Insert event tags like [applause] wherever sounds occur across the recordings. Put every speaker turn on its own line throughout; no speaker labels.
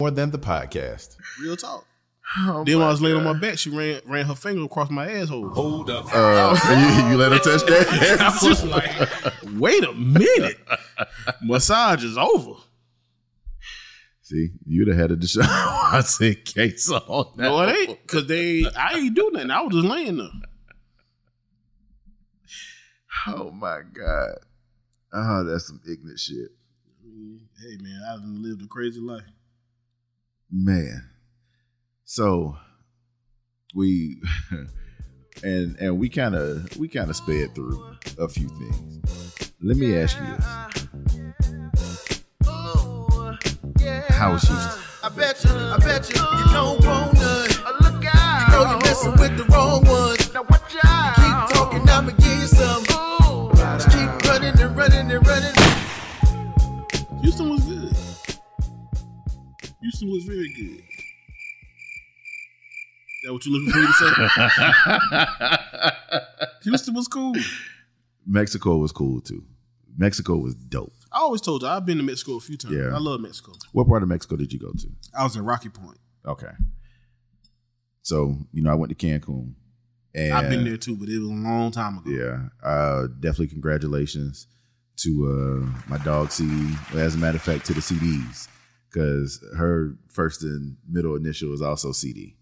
more than the podcast.
Real talk.
Oh
then when I
my
was laying on
God.
my back, she ran ran her finger across my asshole.
Hold
[laughs]
up.
Uh,
Oh.
[laughs] you, you let her touch
[laughs]
that?
I was like, wait a minute. Massage is over.
See, you'd have had a [laughs] Deshaun Watson case on that.
No, it ain't. Cause they I ain't do nothing. I was just laying there.
Oh my god. Oh, that's some ignorant shit,
Hey man, I done lived a crazy life.
man. So we [laughs] and and we kind of we kind of sped through a few things. Let me ask you this: How was Houston?
I bet you, I bet you, you don't want none. Look out. You know you're messing with the wrong ones. Now watch out. You keep talking, I'ma give you some. Just keep running and running and running.
Houston was good. Houston was very good. That what you looking for me to say? Houston was cool.
Mexico was cool too. Mexico was dope.
I always told you I've been to Mexico a few times.
Yeah.
I love Mexico.
What part of Mexico did you go to?
I was in Rocky Point.
Okay. So you know, I went to Cancun, and
I've been there too, but it was a long time ago.
Yeah. Uh, definitely congratulations to uh, my dog CD. Well, as a matter of fact, to the CDs because her first and middle initial is also CD.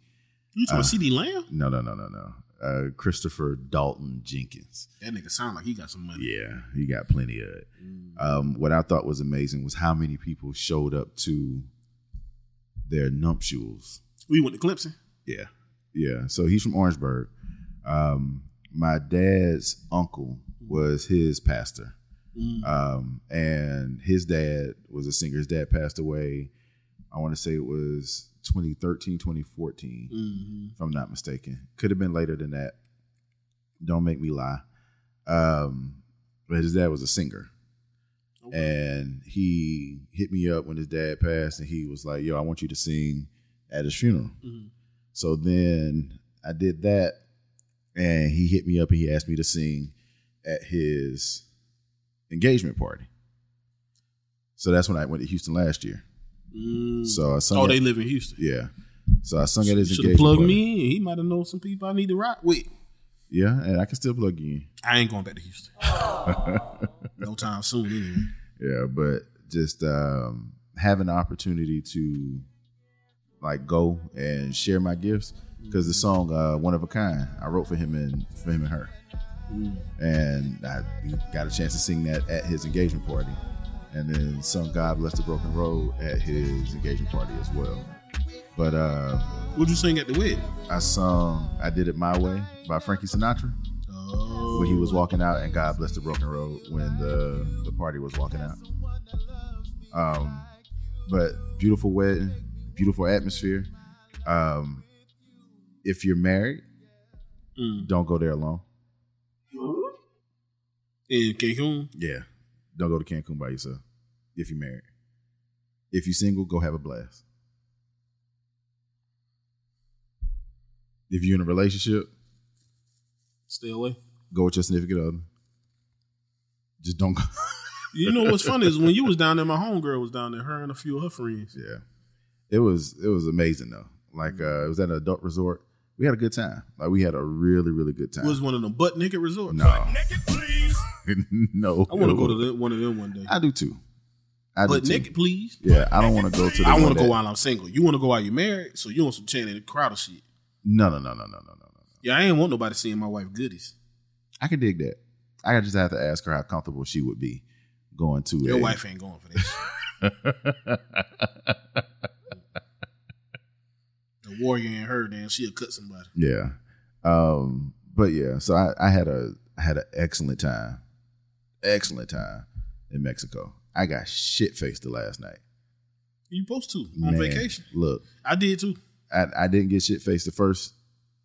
You talking
Uh.
CD Lamb?
No, no, no, no, no. Uh, Christopher Dalton Jenkins.
That nigga sound like he got some money.
Yeah, he got plenty of it.
Mm.
Um, what I thought was amazing was how many people showed up to their nuptials.
We went to Clemson.
Yeah. Yeah. So he's from Orangeburg. Um, my dad's uncle was his pastor.
Mm-hmm.
Um, and his dad was a singer. His dad passed away, I want to say it was 2013, 2014,
Mm-hmm.
if I'm not mistaken. Could have been later than that. Don't make me lie. Um, but his dad was a singer. And he hit me up when his dad passed, and he was like, Yo, I want you to sing at his funeral.
Mm-hmm.
So then I did that, and he hit me up and he asked me to sing at his engagement party. So that's when I went to Houston last year.
Mm.
So I sung.
oh,
at,
they live in Houston.
yeah. So I sung at his
Should have
engagement
plugged
party.
me in. He might have known some people I need to rock with.
Yeah, and I can still plug you in.
I ain't going back
[laughs]
to Houston. no time soon anyway.
Yeah, but just um, having the opportunity to like go and share my gifts because the song uh, "One of a Kind" I wrote for him and for him and her,
Mm.
and I we got a chance to sing that at his engagement party, and then sung "God Bless the Broken Road" at his engagement party as well. But uh,
What'd you sing at the wedding?
I sung "I Did It My Way" by Frankie Sinatra
Oh,
when he was walking out, and God bless the broken road when the the party was walking out. Um, but beautiful wedding, beautiful atmosphere. Um, if you're married,
Mm.
don't go there alone.
in Cancun.
Yeah, don't go to Cancun by yourself. If you're married, if you're single, go have a blast. If you're in a relationship,
Stay away.
go with your significant other. Just don't. go.
You know what's
[laughs]
funny is when you was down there, my homegirl was down there, her and a few of her friends.
Yeah. It was it was amazing though. Like uh it was at an adult resort. We had a good time. Like we had a really, really good time.
It was one of them butt naked
[laughs]
resorts.
no. [laughs] no.
I want to go to the, one of them one day.
I do too. I
But
do too.
naked, please.
Yeah, I don't want to go to the
I
want to
go while I'm single. You want to go while you're married, so you want some chain in the crowd of shit.
No, no, no, no, no, no, no, no.
Yeah, I ain't want nobody seeing my wife goodies.
I can dig that. I just have to ask her how comfortable she would be going to
Your
a-
wife ain't going for that shit. The warrior in her, then she'll cut somebody.
[laughs] Yeah. Um, but yeah, so I, I had a I had an excellent time. Excellent time in Mexico. I got shit faced the last night.
You supposed to on
Man,
vacation.
Look,
I did too.
I, I didn't get shit faced the first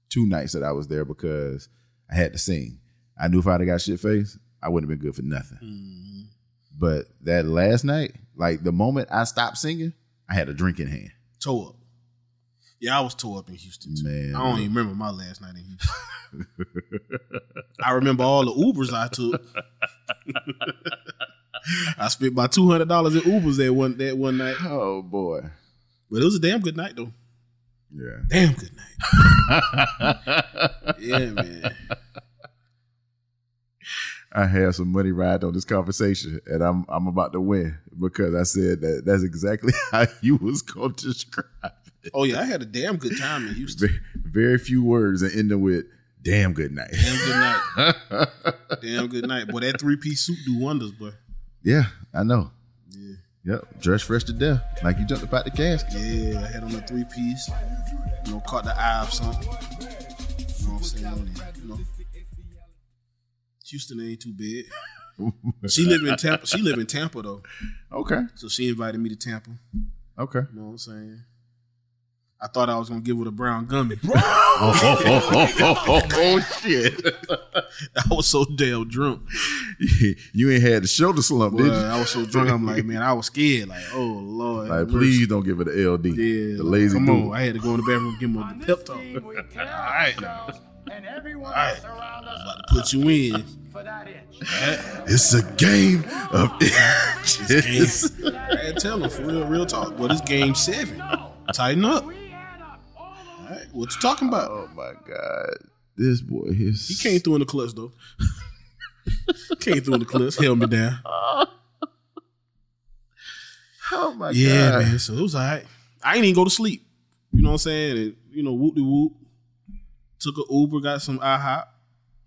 two nights that I was there because I had to sing. I knew if I'd have got shit faced, I wouldn't have been good for nothing.
Mm-hmm.
But that last night, like the moment I stopped singing, I had a drink in hand.
Toe up. Yeah, I was toe up in Houston too.
Man.
I don't even remember my last night in Houston. I remember all the Ubers I took. [laughs] I spent my two hundred dollars in Ubers that one that one night.
Oh boy.
But it was a damn good night though.
Yeah.
Damn good night. Yeah, man.
I have some money riding on this conversation, and I'm I'm about to win because I said that that's exactly [laughs] how you was going to describe. It.
Oh yeah, I had a damn good time in Houston.
[laughs] Ve- Very few words and ending with "damn good night." [laughs]
Damn good night. Damn good night. Boy, that three piece suit do wonders, boy.
yeah, I know.
Yeah.
Yep, dressed fresh to death, like you jumped about the casket. [laughs]
Yeah, I had on a three piece. You know, caught the eye of something. You know what I'm saying? You know. Houston ain't too big. She live in Tampa. She live in Tampa though.
okay,
So she invited me to Tampa.
okay.
You know what I'm saying? I thought I was gonna give her the brown gummy.
[laughs]
[laughs]
Oh, oh, oh, oh, oh, oh, oh, shit!
I was so damn drunk.
[laughs] you ain't had the shoulder slump,
Boy,
did you?
I was so drunk. I'm like, man, I was scared. Like, oh
[laughs]
lord,
Like,
have
please don't give it an LD.
mercy. Yeah,
the
like,
lazy
come
dude.
on. I had to go in the bathroom and give him
On
a
this
pep talk.
team, we tear
Alright.
ourselves and everyone
Alright.
else around us
About to put you in.
for that itch.
It's a game [laughs] of inches.
I tell him for real, real talk. But it's game seven. Tighten up. All
We add up all of
right, what you talking about?
[laughs] Oh my god, this boy is.
He came through in the clutch though. [laughs] came through in the clutch, held me down.
Oh my
Yeah,
god.
man. So it was all right. I ain't even go to sleep. You know what I'm saying? And, you know, whoop de whoop. Took a Uber, got some IHOP.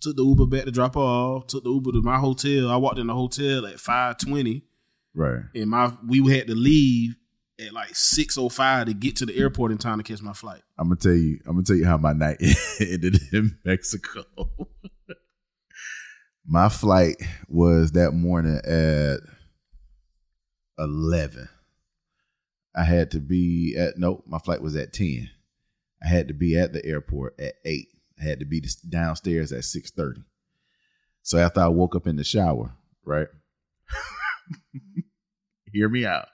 Took the Uber back to drop her off. Took the Uber to my hotel. I walked in the hotel at five twenty,
Right.
and my we had to leave at like six oh five to get to the airport in time to catch my flight.
I'm gonna tell you. I'm gonna tell you how my night [laughs] ended in Mexico. my flight was that morning at eleven. I had to be at no. My flight was at ten. I had to be at the airport at eight. I had to be downstairs at six thirty. So after I woke up in the shower, right? [laughs] Hear me out.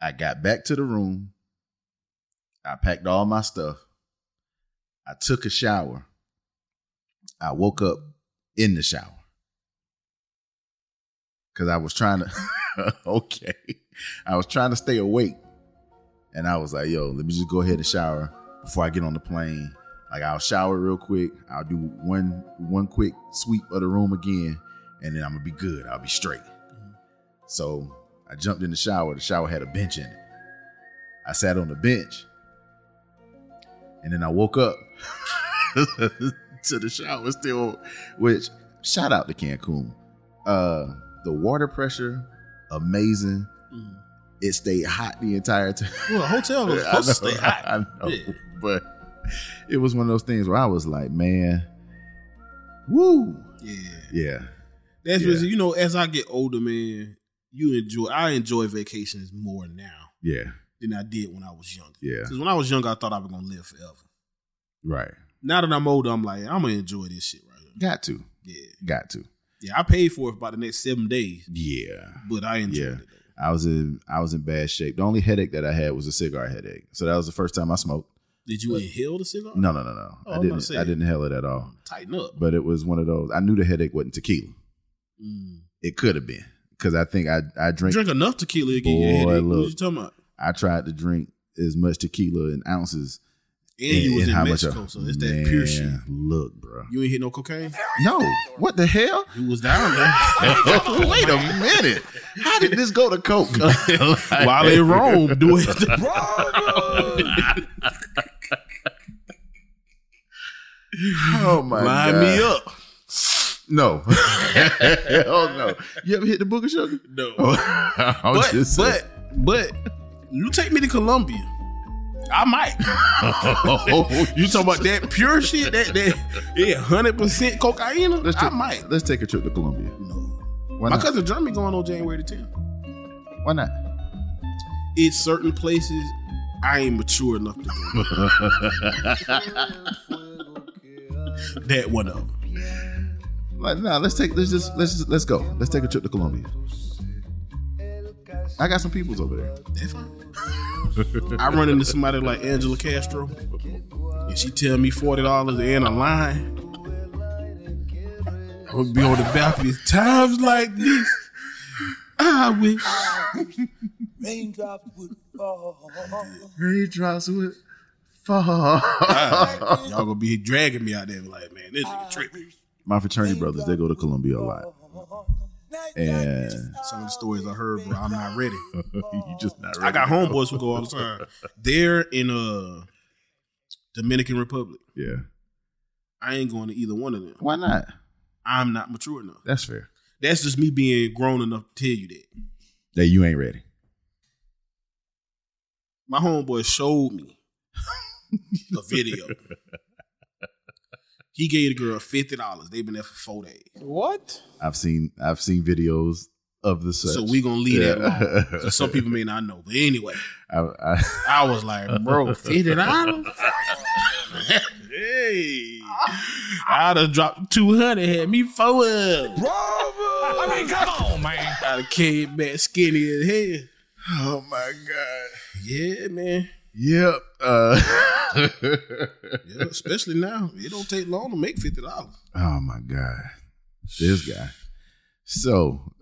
I got back to the room. I packed all my stuff. I took a shower. I woke up in the shower because I was trying to. [laughs] okay, I was trying to stay awake, and I was like, "Yo, let me just go ahead and shower before I get on the plane. Like, I'll shower real quick. I'll do one one quick sweep of the room again, and then I'm gonna be good. I'll be straight." So I jumped in the shower. The shower had a bench in it. I sat on the bench, and then I woke up [laughs] to the shower still. Which shout out to Cancun. Uh, the water pressure amazing. It stayed hot the entire time.
Well, the hotel
[laughs]
was
I know,
supposed to stay hot.
I know,
Yeah.
but it was one of those things where I was like, man, woo,
Yeah.
yeah,
That's
Yeah.
what you know. As I get older, man, you enjoy. I enjoy vacations more now
yeah,
than I did when I was younger.
yeah,
Because when I was younger, I thought I was gonna live forever.
right.
Now that I'm older, I'm like, I'm gonna enjoy this shit right here.
Got to,
Yeah,
got to,
yeah. I paid for it for about the next seven days,
yeah.
but I enjoyed
Yeah.
it. Though.
I was in I was in bad shape. The only headache that I had was a cigar headache. So that was the first time I smoked.
Did you inhale the cigar?
No, no, no, no.
Oh,
I
I'm
didn't
about to say.
I didn't hell it at all.
Tighten up.
But it was one of those. I knew the headache wasn't tequila.
Mm.
It could have been because I think I I
You
drink
Drink enough tequila again. Your
Boy,
headache. What
look.
you talking about?
I tried to drink as much tequila in ounces.
And you was
and
in
how much
Mexico,
I-
so it's that pure shit.
Man, Look, bro.
You ain't hit no cocaine.
No, what the
[laughs]
hell?
You was down there.
[laughs]
[laughs]
Wait a minute. How did this go to coke?
While in Rome, do it.
oh my
Line
god.
me up.
No. [laughs] Hell no. You ever hit the book of sugar?
No. [laughs]
[laughs] I'm
Oh. but
just saying.
but but you take me to Colombia, I
[laughs]
might. [laughs] You talking about that pure shit? That that yeah, hundred percent cocaine?
Let's
I
take,
might.
Let's take a trip to Colombia.
No,
Why
my
not?
cousin Jeremy going on January the tenth.
Why not?
It's certain places I ain't mature enough
[laughs]
to go. that one of them.
Like, nah, let's take let's just let's just, let's go. Let's take a trip to Colombia. I got some peoples over there.
That's fine. I run into somebody like Angela Castro, and she tell me forty dollars and a line. I would be on the balcony. Times like this, I wish.
Raindrops would
Raindrops would fall.
Y'all gonna be dragging me out there like, man, this nigga tripping.
[laughs] My fraternity brothers, they go to Columbia a lot, and [laughs]
Some of the stories I heard, bro, I'm not ready.
you just not. Ready
I got
to go.
homeboys who go all the time. They're in uh Dominican Republic.
Yeah.
I ain't going to either one of them.
Why not?
I'm not mature enough.
That's fair.
That's just me being grown enough to tell you that.
That you ain't ready.
My homeboy showed me a video.
[laughs]
He gave the girl fifty dollars. They've been there for four days.
What?
I've seen I've seen videos of the such.
So we gonna leave that alone.
Yeah.
'Cause Some people may not know, but anyway,
[laughs] I, I,
I was like, bro, fifty dollars. hey, [laughs] I'd have dropped two hundred. Had me four. Bravo! I mean, come on, man. I'd have came back skinny as hell.
oh my god.
Yeah, man.
Yep. Uh, [laughs]
Yeah, especially now, it don't take long to make fifty dollars.
oh my god. This guy. So [laughs]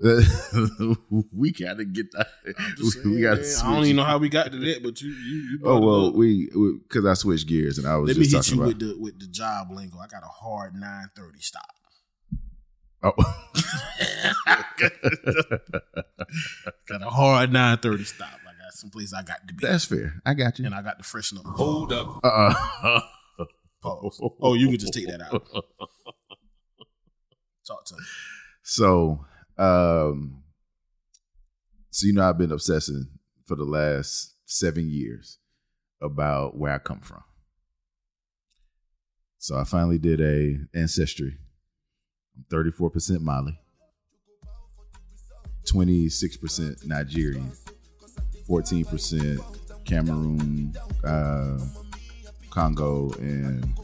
we gotta get that. we gotta. Switch.
I don't even know how we got to that, but you, you, you brought
Oh
it
well,
up.
we because I switched gears and I was
Let me
just
hit
talking
you
about.
with the with the job lingo. I got a hard nine
[laughs]
thirty stop.
oh.
Got a hard nine thirty stop. I got some place I got to be,
[laughs] That's fair. I got you.
and I got to freshen up. Hold up.
Uh,
Oh, you can just take that out. Talk to me.
[laughs] So, um, so you know, I've been obsessing for the last seven years about where I come from. So I finally did a ancestry. I'm 34% Mali, 26% Nigerian, 14% Cameroon, uh, Congo, and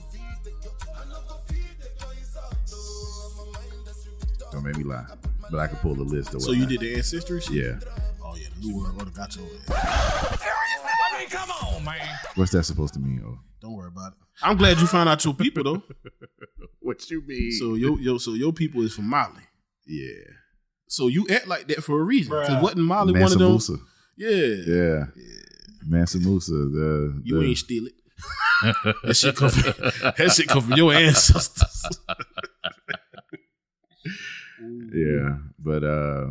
don't make me lie, but I could pull the list. Or
So you
whatnot.
did the ancestry? shit?
Yeah.
Oh yeah, the new world order got your ass.
What's that supposed to mean? Oh.
Don't worry about it. I'm glad you found out your
[laughs]
people though.
What you mean?
So your yo, so your people is from Mali.
yeah.
So you act like that for a reason. Because wasn't Mali one
Mansa
of them?
Musa.
Yeah.
Yeah. Mansa Musa. The,
You
the-
ain't steal it. [laughs] that shit come from that shit come from your ancestors. [laughs]
yeah. But uh,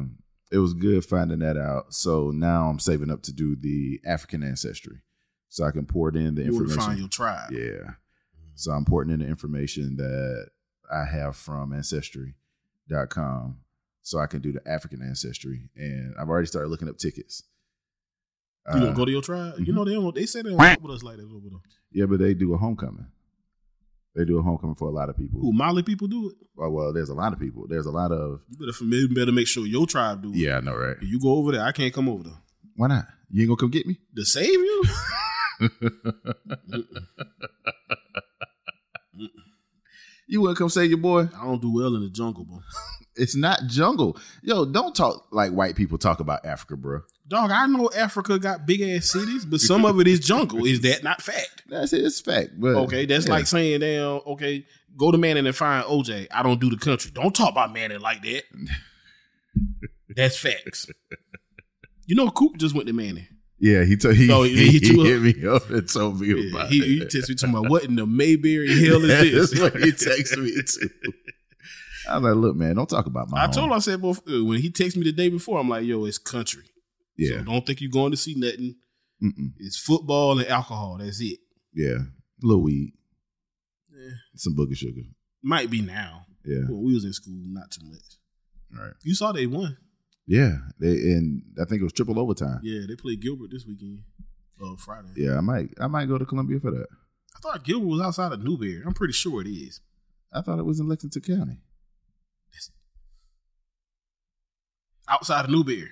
it was good finding that out. So now I'm saving up to do the African ancestry so I can pour it in the
You want to
information.
find your tribe.
Yeah. So I'm porting in the information that I have from ancestry.com so I can do the African ancestry. And I've already started looking up tickets.
You
Uh,
gonna go to your tribe? You
mhm.
know they don't. They say they don't fuck with us like that over there.
yeah, but they do a homecoming. They do a homecoming for a lot of people.
Who Mali people do it?
well, well, there's a lot of people. There's a lot of
You better familiar, better make sure your tribe do it.
yeah, I know, right?
If you go over there, I can't come over there
Why not? You ain't gonna come get me?
to save you.
You wouldn't come save your boy?
[laughs] I don't do well in the jungle, bro.
It's not jungle, yo. Don't talk like white people talk about Africa, bro.
Dog, I know Africa got big ass cities, but some of it is jungle. Is that not fact?
That's it. It's fact, but
Okay, that's
yeah.
like saying, damn, okay, go to Manning and find OJ. I don't do the country. Don't talk about Manning like
[laughs]
that. that's facts. You know, Coop just went to Manning.
yeah. He told he,
No,
he,
he- he too-
hit me up and told me
Yeah,
about
he,
it.
he texted me talking about what in the Mayberry Hill
[laughs]
is
That's what he
this?
texted me too. I was like, look, man, don't talk about my.
[laughs] I
home.
told him I said before, when he texted me the day before, I'm like, yo, it's country.
yeah,
So don't think you're going to see nothing.
Mm-mm.
It's football and alcohol. That's it.
yeah, a little weed,
Yeah.
some booger sugar.
Might be now.
Yeah,
When we was in school, not too much.
all right.
You saw they won.
Yeah, they and I think it was triple overtime.
Yeah, they played Gilbert this weekend. Uh, Friday.
Yeah, I might I might go to Columbia for that.
I thought Gilbert was outside of Newberry. I'm pretty sure it is.
I thought it was in Lexington County.
Outside of Newberry.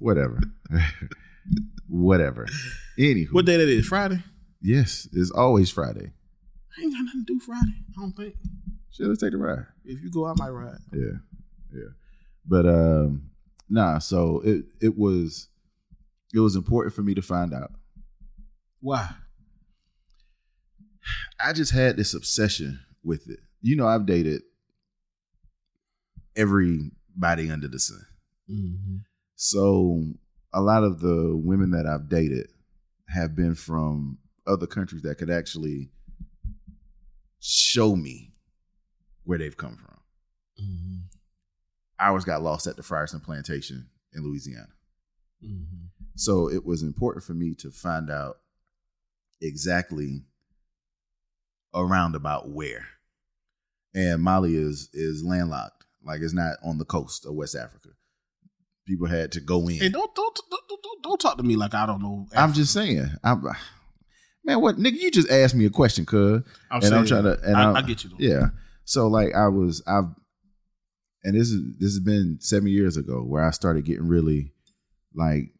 Whatever. [laughs] Whatever. Anywho.
What day that is? Friday?
yes, it's always Friday.
I ain't got nothing to do Friday. I don't think.
Shit, let's take the ride.
If you go, I might ride.
Yeah. Yeah. But um nah, so it it was it was important for me to find out.
Why?
I just had this obsession with it. You know, I've dated Mm-hmm, everybody under the sun. So a lot of the women that I've dated have been from other countries that could actually show me where they've come from. mm-hmm, Ours got lost at the Frierson Plantation in Louisiana. mm-hmm. So it was important for me to find out exactly around about where. And Mali is is landlocked. Like it's not on the coast of West Africa. People had to go in.
Hey, don't don't, don't don't don't talk to me like I don't know.
I'm just saying. I'm man, what nigga, you just asked me a question, cuz.
I'm
and I'm trying to and
I,
I'm-
I get you. Though.
Yeah. So like I was I've and this is this has been seven years ago where I started getting really like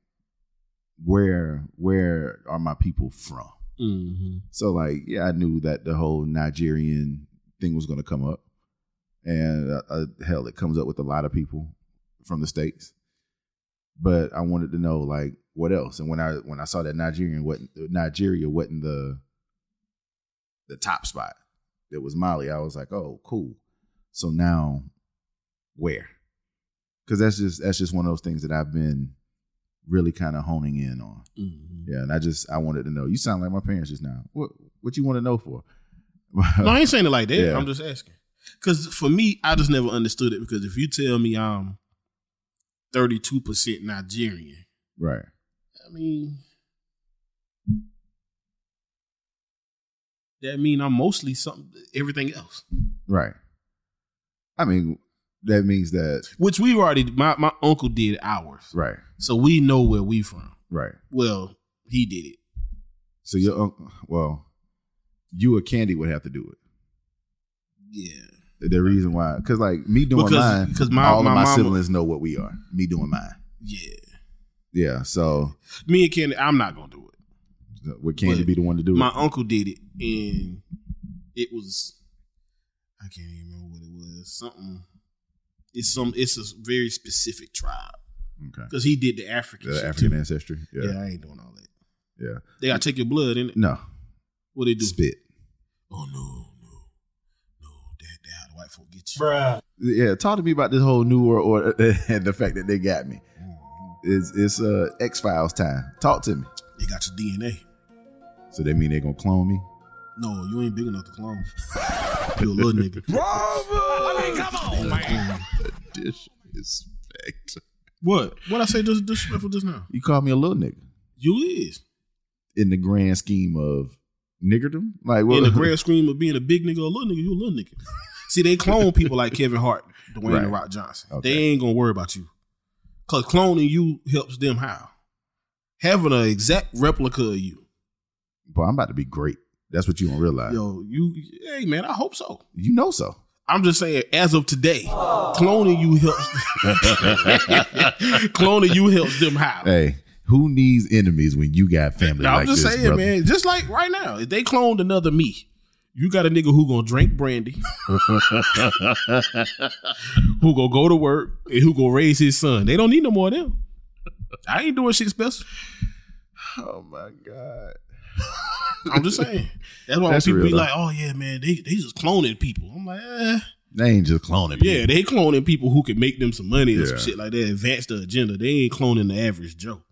where where are my people from?
Mhm.
So like, yeah, I knew that the whole Nigerian thing was going to come up, and uh, uh, hell, it comes up with a lot of people from the states. But I wanted to know like what else, and when I when I saw that Nigerian wasn't uh, Nigeria wasn't the the top spot, it was Mali. I was like, oh, cool. So now, where? Because that's just that's just one of those things that I've been really kind of honing in on.
Mhm.
Yeah, and I just I wanted to know. You sound like my parents just now. What what you want to know for? [laughs]
No, I ain't saying it like that.
Yeah.
I'm just asking. Because for me, I just never understood it. Because if you tell me I'm 32% Nigerian,
right.
I mean, that mean I'm mostly something, everything else.
Right. I mean, that means that
Which we already, my, my uncle did ours.
right,
So we know where we from.
right.
Well, he did it.
So your uncle, well, you or Candy would have to do
Yeah.
it. The reason why, because like me doing
Because-
mine,
because my-
all
my
of my
mama-
siblings know what we are. Me doing mine.
Yeah.
Yeah. So
Me and Candy, I'm not going to do it.
would Candy
But
be the one to do
my
it?
uncle did it, and it was I can't even remember what it was. Something. It's some. It's a very specific tribe
Okay.
because he did the African.
The
shit
African
too.
ancestry.
Yeah.
Yeah.
I ain't doing all that.
Yeah.
They gotta take your blood, and
No.
what they do?
Spit.
Oh no, no, no! That that how the white folk get you.
Bruh.
Yeah. Talk to me about this whole new world order [laughs] and the fact that they got me. It's it's uh X Files time. Talk to me.
They got your DNA.
So they mean they gonna clone me?
No, you ain't big enough to clone. [laughs] you a little nigga.
[laughs] I mean, come on, Oh, man.
Disrespect.
What? What I say? Just disrespectful just now.
You call me a little nigga
You is
in the grand scheme of niggerdom? Like what? [laughs]
in the grand scheme of being a big nigga or a little nigga, you a little nigga. See, they clone people like Kevin Hart, Dwayne
Right.
the Rock Johnson.
Okay.
They ain't gonna worry about you. Cause cloning you helps them how? Having an exact replica of you.
Boy, I'm about to be great. That's what you don't realize.
Yo, you hey man, I hope so.
You know so.
I'm just saying, as of today, cloning you helps [laughs] cloning you helps them how?
Hey, who needs enemies when you got family
Now,
like
I'm just
this,
saying,
brother?
man. Just like right now, if they cloned another me, you got a nigga who gonna drink
[laughs]
brandy, who gonna go to work, and who gonna raise his son. They don't need no more of them. I ain't doing shit special.
Oh my god.
I'm just saying. That's why
That's
when
real,
people be
though.
like, "Oh yeah, man, they they just cloning people." I'm like, eh.
They ain't just cloning.
yeah, they cloning people who can make them some money or some
Yeah.
shit like that. Advance the agenda. They ain't cloning the average Joe.
people.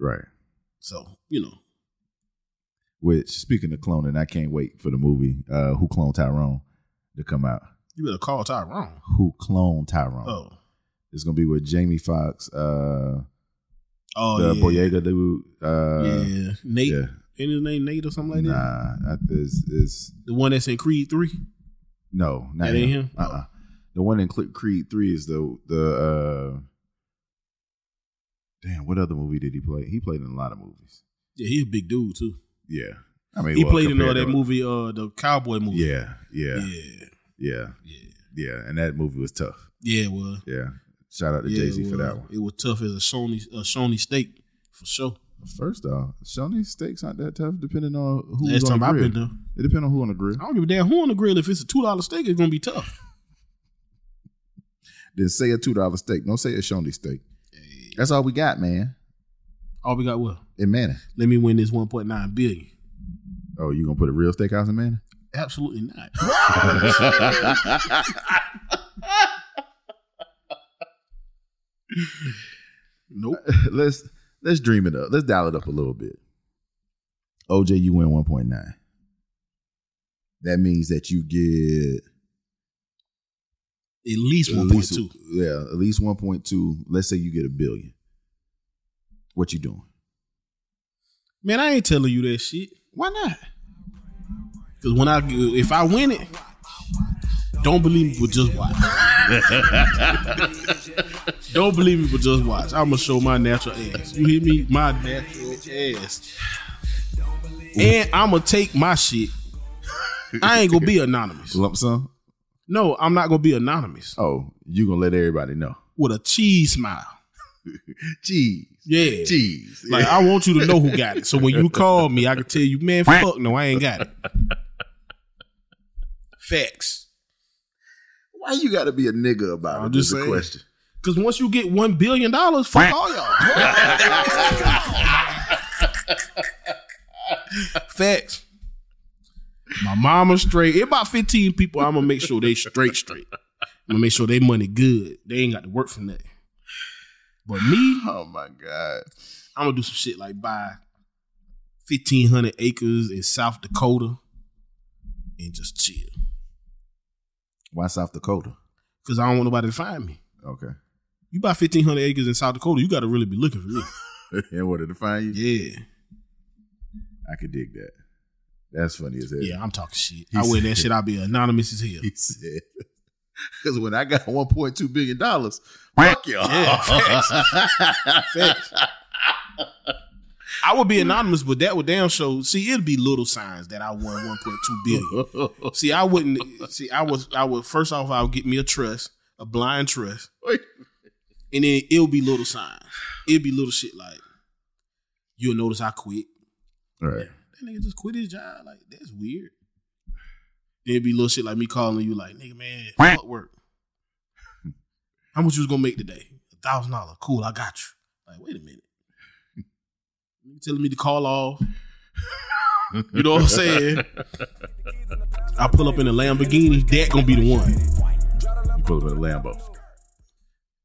right.
So you know,
Which, speaking of cloning, I can't wait for the movie uh, "Who Cloned Tyrone" to come out.
you better call Tyrone.
Who Cloned Tyrone?
Oh,
It's gonna be with Jamie Foxx, uh,
oh
the
yeah,
Boyega dude. Uh,
yeah, Nate.
yeah.
Ain't his name Nate or something like that?
Nah, I- it's, it's
The one that's in Creed Three.
no, not
That
him.
ain't him? Oh.
Uh-uh. The one in Cle- Creed Three is the the. Uh, damn, what other movie did he play? He played in a lot of movies.
Yeah, he a big dude too.
Yeah, I mean
he
well,
played in all
compared
that
to-
movie, uh, the cowboy movie.
Yeah, yeah, yeah,
yeah,
yeah,
yeah.
and that movie was tough.
Yeah, well,
Yeah, shout out to
yeah,
Jay Z for
well,
that one.
It was tough as a Sony, a Sony steak for sure.
First off, Shawnee steaks aren't that tough, depending on who's
Last
on
time
the
I've
grill.
been there,
It depends on who on the grill.
I don't give a damn who on the grill. If it's a two dollar steak, it's gonna be tough.
Then say a two dollar steak. Don't say a Shawnee steak. That's all we got, man.
All we got well.
In Manning.
Let me win this one point nine billion.
Oh, you gonna put a real steakhouse in Manning?
Absolutely not. nope.
[laughs] let's let's dream it up. Let's dial it up a little bit. OJ, you win 1.9. That means that you get
At least
at
one point
least-
two.
Yeah, at least 1.2. Let's say you get a billion. What you doing?
Man, I ain't telling you that shit.
Why not?
Cause when I if I win it, don't believe me, but just watch. don't believe me, but just watch. I'ma show my natural ass. You hear me? My natural ass. And I'ma take my shit. I ain't gonna be anonymous.
Lump sum?
No, I'm not gonna be anonymous.
Oh, you gonna let everybody know. [laughs]
With a cheese smile.
Jeez.
Yeah.
Jeez.
Like I want you to know who got it. So when you call me, I can tell you, man, fuck no, I ain't got it. Facts.
Why you gotta be a nigga about
I'm
it?
just
Just a
saying.
question.
Cause once you get one billion dollars, fuck all y'all. Facts. My mama straight. It about 15 people. I'm gonna make sure they straight, straight. I'm gonna make sure they money good. They ain't got to work for nothing. But me,
Oh my God.
I'm gonna do some shit like buy 1,500 acres in South Dakota and just chill.
Why South Dakota?
Cause I don't want nobody to find me.
Okay. [laughs]
You buy 1,500 acres in South Dakota, you gotta really be looking for me.
In order to find you?
Yeah.
I could dig that. That's funny as hell.
Yeah, I'm talking shit. I wear that shit, I'll be anonymous as hell.
[laughs] He said, [laughs] because when I got $1.2 billion, fuck y'all. [laughs]
Yeah, Facts. I would be anonymous, but that would damn show. See, it'd be little signs that I won 1.2 billion. [laughs] See, I wouldn't. See, I was. I would first off, I would get me a trust, a blind trust,
Wait.
and then it'll be little signs. It'll be little shit like you'll notice I quit.
All right.
That nigga just quit his job. Like that's weird. Then it'd be little shit like me calling you like nigga man, fuck work. How much you was gonna make today? A thousand dollar. Cool, I got you. Like wait a minute. You telling me to call off? You know what I'm saying? I pull up in a Lamborghini. That gonna be the one.
You pull up in a Lambo.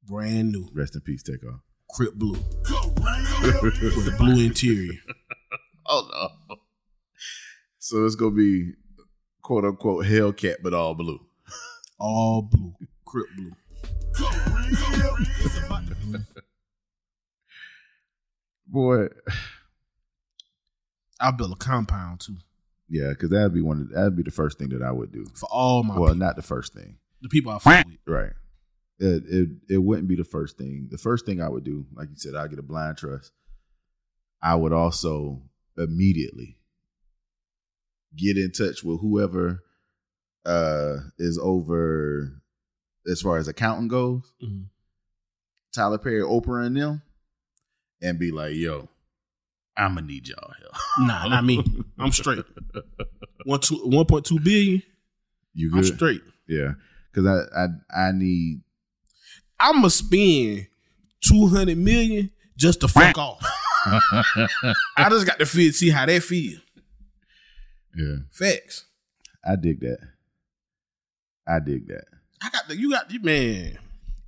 Brand new,
Rest in peace, take off.
[laughs] Crip Blue with a blue interior.
Oh no. So it's gonna be quote unquote Hellcat, but all blue.
all blue, Crip blue.
Boy,
I built a compound too
yeah, because that'd be one. Of, that'd be the first thing that I would do.
for all my
Well,
people,
not the first thing,
the people I fuck with.
right? It, it it wouldn't be the first thing. The first thing I would do, like you said, I get a blind trust. I would also immediately get in touch with whoever uh is over as far as accounting goes.
Mhm.
Tyler Perry, Oprah, and them, and be like, "Yo, I'm gonna need y'all help."
Nah, not me. I'm straight. One two one point two billion.
You
I'm
good?
straight.
Yeah, because I, I I need [laughs]
I'ma spend two hundred million just to fuck off. I just got to feel see how that feel.
yeah.
Facts.
I dig that. I dig that.
I got the you got you man.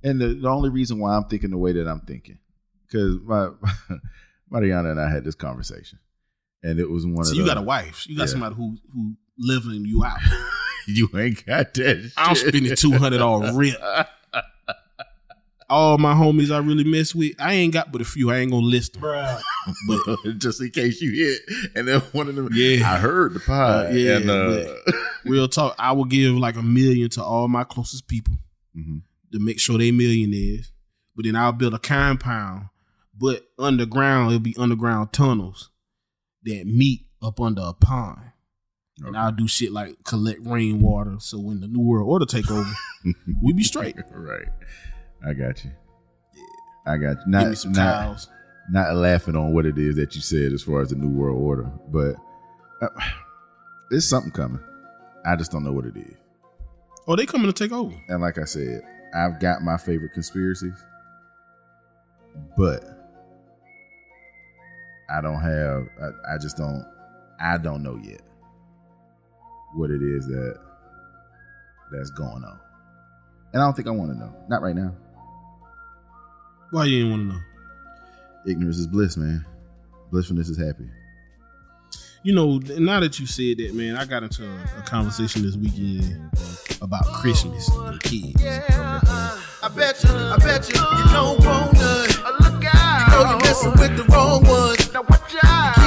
And the, the only reason why I'm thinking the way that I'm thinking, because my [laughs] Mariana and I had this conversation, and it was one
So
of
you
the,
got a wife. You got
Yeah.
somebody who who living you out.
[laughs] you ain't got that.
I'm
shit.
spending two hundred all rip. All my homies I really mess with, I ain't got but a few. I ain't gonna list them. But
[laughs] just in case you hit, and then one of them.
Yeah.
I heard the pod.
Uh, yeah,
and, uh,
real talk, I will give like a million to all my closest people.
Mhm.
to make sure they millionaires. But then I'll build a compound, but underground it'll be underground tunnels that meet up under a pond. And
Okay.
I'll do shit like collect rainwater, so when the new world order take over, we be straight.
[laughs] right. I got you. I got you.
Give me
Not
some
not,
cows.
not laughing on what it is that you said as far as the new world order, but uh, it's something coming. I just don't know what it is.
Oh, they coming to take over.
And like I said, I've got my favorite conspiracies, but I don't have. I, I just don't. I don't know yet what it is that that's going on, and I don't think I want to know. Not right now.
Why you ain't want to know?
Ignorance is bliss, man. Blissfulness is happy.
You know, now that you said that, man, I got into a, a conversation this weekend about Christmas and kids.
I bet you, I bet you, you don't want none. Look out. You know you're messing with the wrong ones. Now watch out.